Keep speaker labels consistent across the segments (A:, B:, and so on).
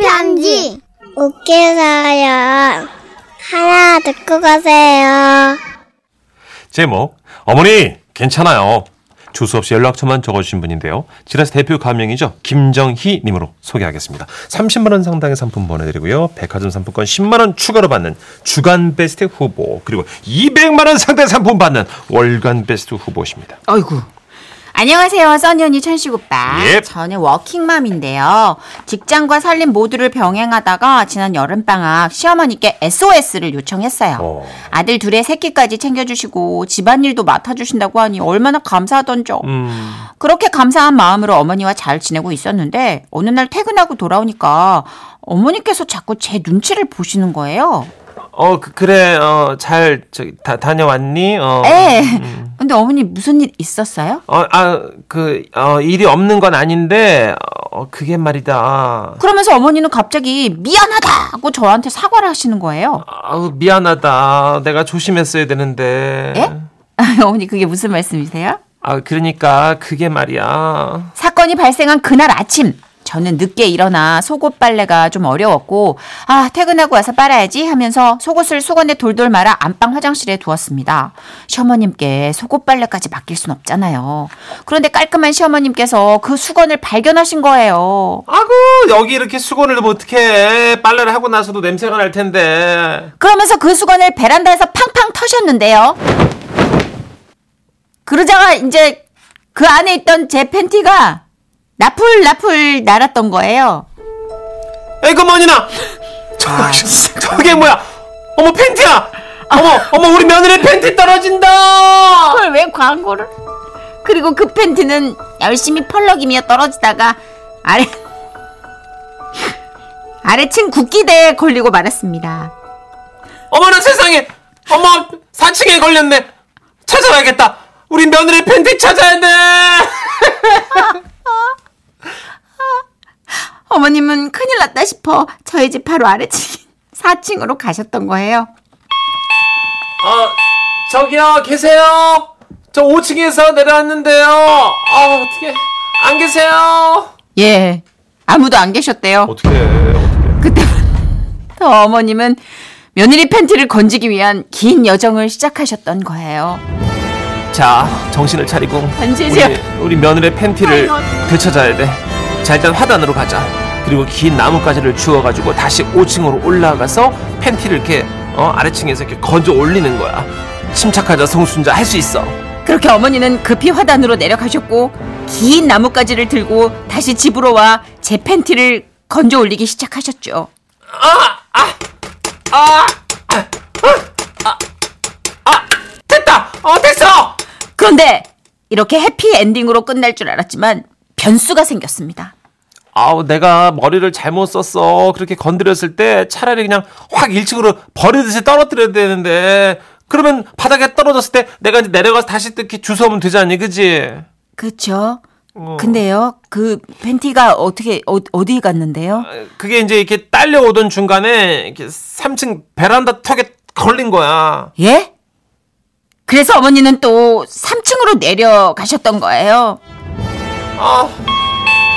A: 편지. 웃겨서요. 하나 듣고 가세요.
B: 제목 어머니 괜찮아요. 주소 없이 연락처만 적어주신 분인데요. 지라스 대표 가명이죠. 김정희 님으로 소개하겠습니다. 30만 원 상당의 상품 보내드리고요. 백화점 상품권 10만 원 추가로 받는 주간 베스트 후보 그리고 200만 원 상당의 상품 받는 월간 베스트 후보십니다.
C: 아이고. 안녕하세요, 써니 언니 천식 오빠.
B: 예.
C: 저는 워킹맘인데요. 직장과 살림 모두를 병행하다가 지난 여름방학 시어머니께 SOS를 요청했어요.
B: 어.
C: 아들 둘의 새끼까지 챙겨주시고 집안일도 맡아주신다고 하니 얼마나 감사하던죠.
B: 음,
C: 그렇게 감사한 마음으로 어머니와 잘 지내고 있었는데 어느 날 퇴근하고 돌아오니까 어머니께서 자꾸 제 눈치를 보시는 거예요.
B: 어 그, 래 어잘 다녀왔니? 어,
C: 에. 예. 근데 어머니 무슨 일 있었어요?
B: 아그 어, 일이 없는 건 아닌데 어, 그게 말이다. 아.
C: 그러면서 어머니는 갑자기 미안하다고 저한테 사과를 하시는 거예요.
B: 아우 미안하다. 내가 조심했어야 되는데.
C: 예? 어머니 그게 무슨 말씀이세요?
B: 아 그러니까 그게 말이야.
C: 사건이 발생한 그날 아침 저는 늦게 일어나 속옷 빨래가 좀 어려웠고 아 퇴근하고 와서 빨아야지 하면서 속옷을 수건에 돌돌 말아 안방 화장실에 두었습니다. 시어머님께 속옷 빨래까지 맡길 순 없잖아요. 그런데 깔끔한 시어머님께서 그 수건을 발견하신 거예요.
B: 아구 여기 이렇게 수건을 넣으면 어떡해. 빨래를 하고 나서도 냄새가 날 텐데.
C: 그러면서 그 수건을 베란다에서 팡팡 터셨는데요. 그러자가 이제 그 안에 있던 제 팬티가 나풀나풀 날았던 거예요.
B: 에이 그머니나. 저 저게 뭐야? 어머 팬티야. 어머 어머 우리 며느리 팬티 떨어진다.
C: 그걸 왜 광고를? 그리고 그 팬티는 열심히 펄럭이며 떨어지다가 아래 아래층 국기대에 걸리고 말았습니다.
B: 어머나 세상에. 어머 4층에 걸렸네. 찾아야겠다. 우리 며느리 팬티 찾아야 돼.
C: 어머님은 큰일 났다 싶어 저희 집 바로 아래층 4층으로 가셨던 거예요.
B: 어, 저기요, 계세요? 저 5층에서 내려왔는데요. 아, 어떻게, 안 계세요?
C: 예. 아무도 안 계셨대요.
B: 어떻게, 어떻게.
C: 그때부터 어머님은 며느리 팬티를 건지기 위한 긴 여정을 시작하셨던 거예요.
B: 자, 정신을 차리고.
C: 앉으세요.
B: 우리, 우리 며느리의 팬티를 되찾아야 돼. 자, 일단 화단으로 가자. 그리고 긴 나뭇가지를 주워가지고 다시 5층으로 올라가서 팬티를 이렇게, 어, 아래층에서 이렇게 건져 올리는 거야. 침착하자, 성순자. 할 수 있어.
C: 그렇게 어머니는 급히 화단으로 내려가셨고 긴 나뭇가지를 들고 다시 집으로 와 제 팬티를 건져 올리기 시작하셨죠.
B: 아! 됐다! 어, 됐어!
C: 그런데 이렇게 해피 엔딩으로 끝날 줄 알았지만 변수가 생겼습니다.
B: 아우 내가 머리를 잘못 썼어 그렇게 건드렸을 때 차라리 그냥 확 1층으로 버리듯이 떨어뜨려야 되는데 그러면 바닥에 떨어졌을 때 내가 이제 내려가서 다시 또 이렇게 주워오면 되지 않니 그지
C: 그렇죠. 근데요, 그 팬티가 어떻게 어, 어디 갔는데요?
B: 그게 이제 이렇게 딸려오던 중간에 이렇게 3층 베란다 턱에 걸린 거야
C: 예? 그래서 어머니는 또 3층으로 내려가셨던 거예요.
B: 아,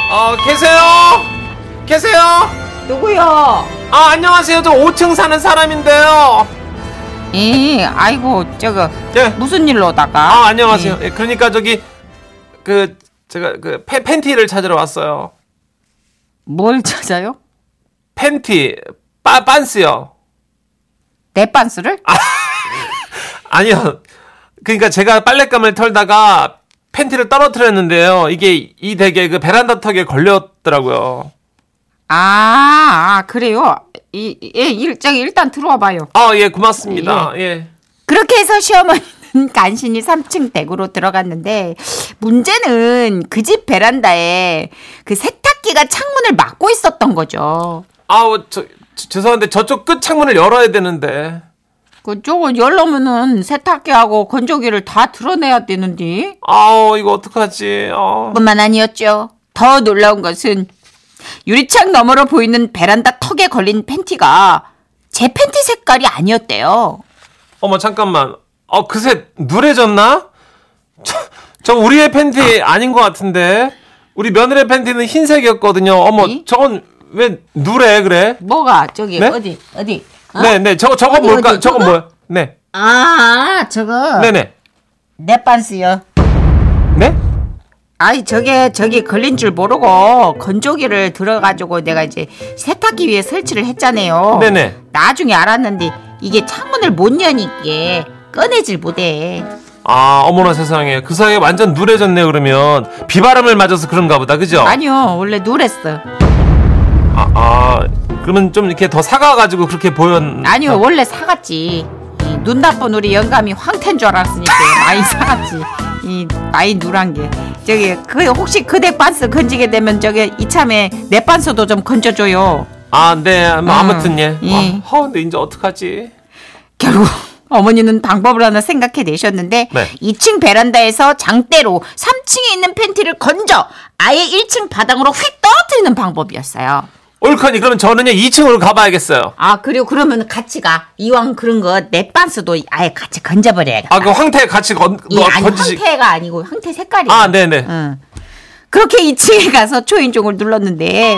B: 아 계세요 계세요
C: 누구요?
B: 아 안녕하세요 저 5층 사는 사람인데요
C: 이 아이고 저거
B: 예
C: 무슨 일로다가?
B: 아, 안녕하세요. 예, 그러니까 저기 그 제가 그 팬, 팬티를 찾으러 왔어요.
C: 뭘 찾아요?
B: 팬티 빠 반스요.
C: 내 반스를?
B: 아. 아니요. 그러니까 제가 빨랫감을 털다가 팬티를 떨어뜨렸는데요. 이게 이 댁에 그 베란다 턱에 걸렸더라고요.
C: 아, 아, 그래요. 이, 이 예, 일장 일단 들어와 봐요.
B: 아, 예, 고맙습니다. 예.
C: 그렇게 해서 시어머니는 간신히 3층 댁으로 들어갔는데 문제는 그 집 베란다에 그 세탁기가 창문을 막고 있었던 거죠.
B: 아우, 저, 저- 죄송한데 저쪽 끝 창문을 열어야 되는데.
C: 그쪽은 열려면은 세탁기하고 건조기를 다 드러내야 되는데.
B: 아우, 이거 어떡하지? 아.
C: 뿐만 아니었죠. 더 놀라운 것은 유리창 너머로 보이는 베란다 턱에 걸린 팬티가 제 팬티 색깔이 아니었대요.
B: 어머, 잠깐만. 어, 그새 누래졌나? 저, 저 우리의 팬티 아닌 것 같은데. 우리 며느리 팬티는 흰색이었거든요. 어머,
C: 이?
B: 저건 왜 누래 그래?
C: 뭐가 저기
B: 네?
C: 어디 어디? 어?
B: 네, 네. 저거 저거
C: 어디,
B: 뭘까?
C: 어디,
B: 저거
C: 저거?
B: 뭐야? 네.
C: 아 저거
B: 네, 네.
C: 내 반스요.
B: 네?
C: 아이 저게 저기 걸린 줄 모르고 건조기를 들어가지고 내가 이제 세탁기 위에 설치를 했잖아요.
B: 네네.
C: 나중에 알았는데 이게 창문을 못 여니까 꺼내질 못해.
B: 아, 어머나 세상에. 그 사이에 완전 누래졌네 그러면 비바람을 맞아서 그런가 보다. 그죠?
C: 아니요 원래 누랬어.
B: 아, 아. 그러면 좀 이렇게 더 사가 가지고 그렇게 보였
C: 아니요 원래 사갔지. 이 눈 나쁜 우리 영감이 황태인 줄 알았으니까 많이 사갔지. 이 나이 누란 게 저기 그 혹시 그대 반스 건지게 되면 저게 이참에 내 반스도 좀 건져줘요.
B: 아, 네. 뭐
C: 음,
B: 아무튼 예.
C: 예.
B: 아, 허, 근데 이제 어떡하지?
C: 결국 어머니는 방법을 하나 생각해 내셨는데
B: 네.
C: 2층 베란다에서 장대로 3층에 있는 팬티를 건져 아예 1층 바닥으로 휙 떨어뜨리는 방법이었어요.
B: 옳거니 그러면 저는요 2층으로 가봐야겠어요.
C: 아 그리고 그러면 같이 가. 이왕 그런 거 내 반스도 아예 같이 건져버려야겠다.
B: 아, 그 황태 같이 건,
C: 이
B: 뭐,
C: 예, 아니
B: 건지시.
C: 황태가 아니고 황태 색깔이.
B: 아, 네, 네.
C: 응. 그렇게 2층에 가서 초인종을 눌렀는데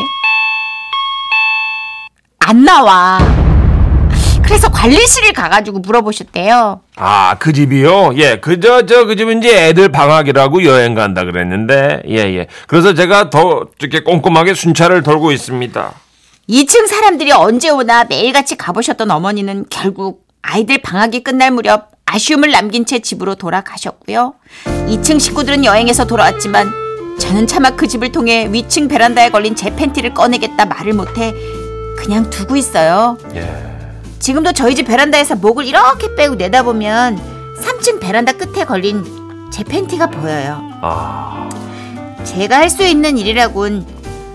C: 안 나와. 그래서 관리실을 가가지고 물어보셨대요.
B: 아, 그 집이요? 예, 그저, 저, 그 집은 이제 애들 방학이라고 여행 간다 그랬는데, 예, 예. 그래서 제가 더, 이렇게 꼼꼼하게 순찰을 돌고 있습니다.
C: 2층 사람들이 언제 오나 매일같이 가보셨던 어머니는 결국 아이들 방학이 끝날 무렵 아쉬움을 남긴 채 집으로 돌아가셨고요. 2층 식구들은 여행에서 돌아왔지만 저는 차마 그 집을 통해 위층 베란다에 걸린 제 팬티를 꺼내겠다 말을 못해 그냥 두고 있어요.
B: 예.
C: 지금도 저희 집 베란다에서 목을 이렇게 빼고 내다보면 3층 베란다 끝에 걸린 제 팬티가 보여요.
B: 아,
C: 제가 할 수 있는 일이라곤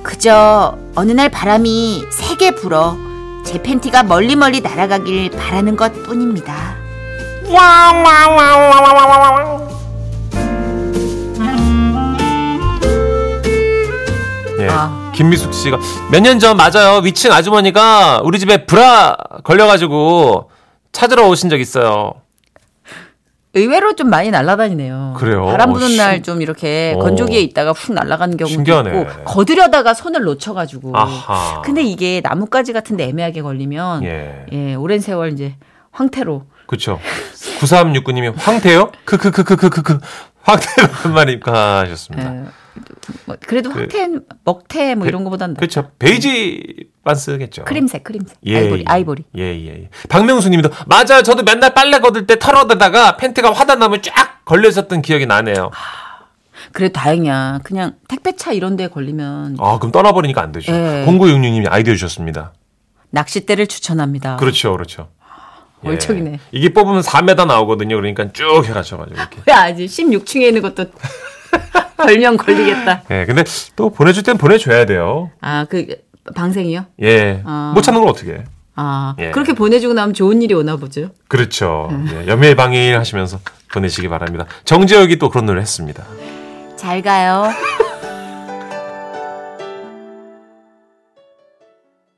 C: 그저 어느 날 바람이 세게 불어 제 팬티가 멀리멀리 날아가길 바라는 것 뿐입니다.
B: 예.
C: 아.
B: 김미숙 씨가 몇 년 전 맞아요. 위층 아주머니가 우리 집에 브라 걸려가지고 찾으러 오신 적 있어요.
D: 의외로 좀 많이 날아다니네요.
B: 그래요?
D: 바람
B: 어,
D: 부는
B: 신-
D: 날 좀 이렇게
B: 어.
D: 건조기에 있다가 훅 날아가는 경우도
B: 신기하네.
D: 있고 거두려다가 손을 놓쳐가지고.
B: 아하.
D: 근데 이게 나뭇가지 같은데 애매하게 걸리면 예.
B: 예.
D: 오랜 세월 이제 황태로.
B: 그쵸. 9369님이 황태요? 그, 크크크크크크크. 황태가 한 마리가 그 하셨습니다.
D: 예. 뭐 그래도 황태, 먹태 뭐 이런 거보단 나-
B: 그렇죠. 베이지 반스겠죠.
D: 크림색, 크림색, 아이보리, 아이보리.
B: 예, 예, 예. 박명수님도 맞아요. 저도 맨날 빨래 걷을 때 털어대다가 팬티가 화단나면 쫙 걸려 있었던 기억이 나네요.
D: 그래 다행이야. 그냥 택배차 이런 데 걸리면
B: 아, 그럼 떠나버리니까 안 되죠.
D: 예.
B: 0966님이 아이디어 주셨습니다.
D: 낚싯대를 추천합니다.
B: 그렇죠, 그렇죠. 예.
D: 얼척이네.
B: 이게 뽑으면 4m 나오거든요. 그러니까 쭉 해가셔가지고 이렇게.
D: 왜 아직 16층에 있는 것도 별명 걸리겠다.
B: 예, 근데 또 보내줄 땐 보내줘야 돼요.
D: 아 그 방생이요?
B: 예.
D: 아.
B: 못 찾는 걸 어떻게 해.
D: 아,
B: 예.
D: 그렇게 보내주고 나면 좋은 일이 오나 보죠.
B: 그렇죠. 예, 연매일 방해일 하시면서 보내시기 바랍니다. 정재혁이 또 그런 노래 했습니다.
C: 잘 가요.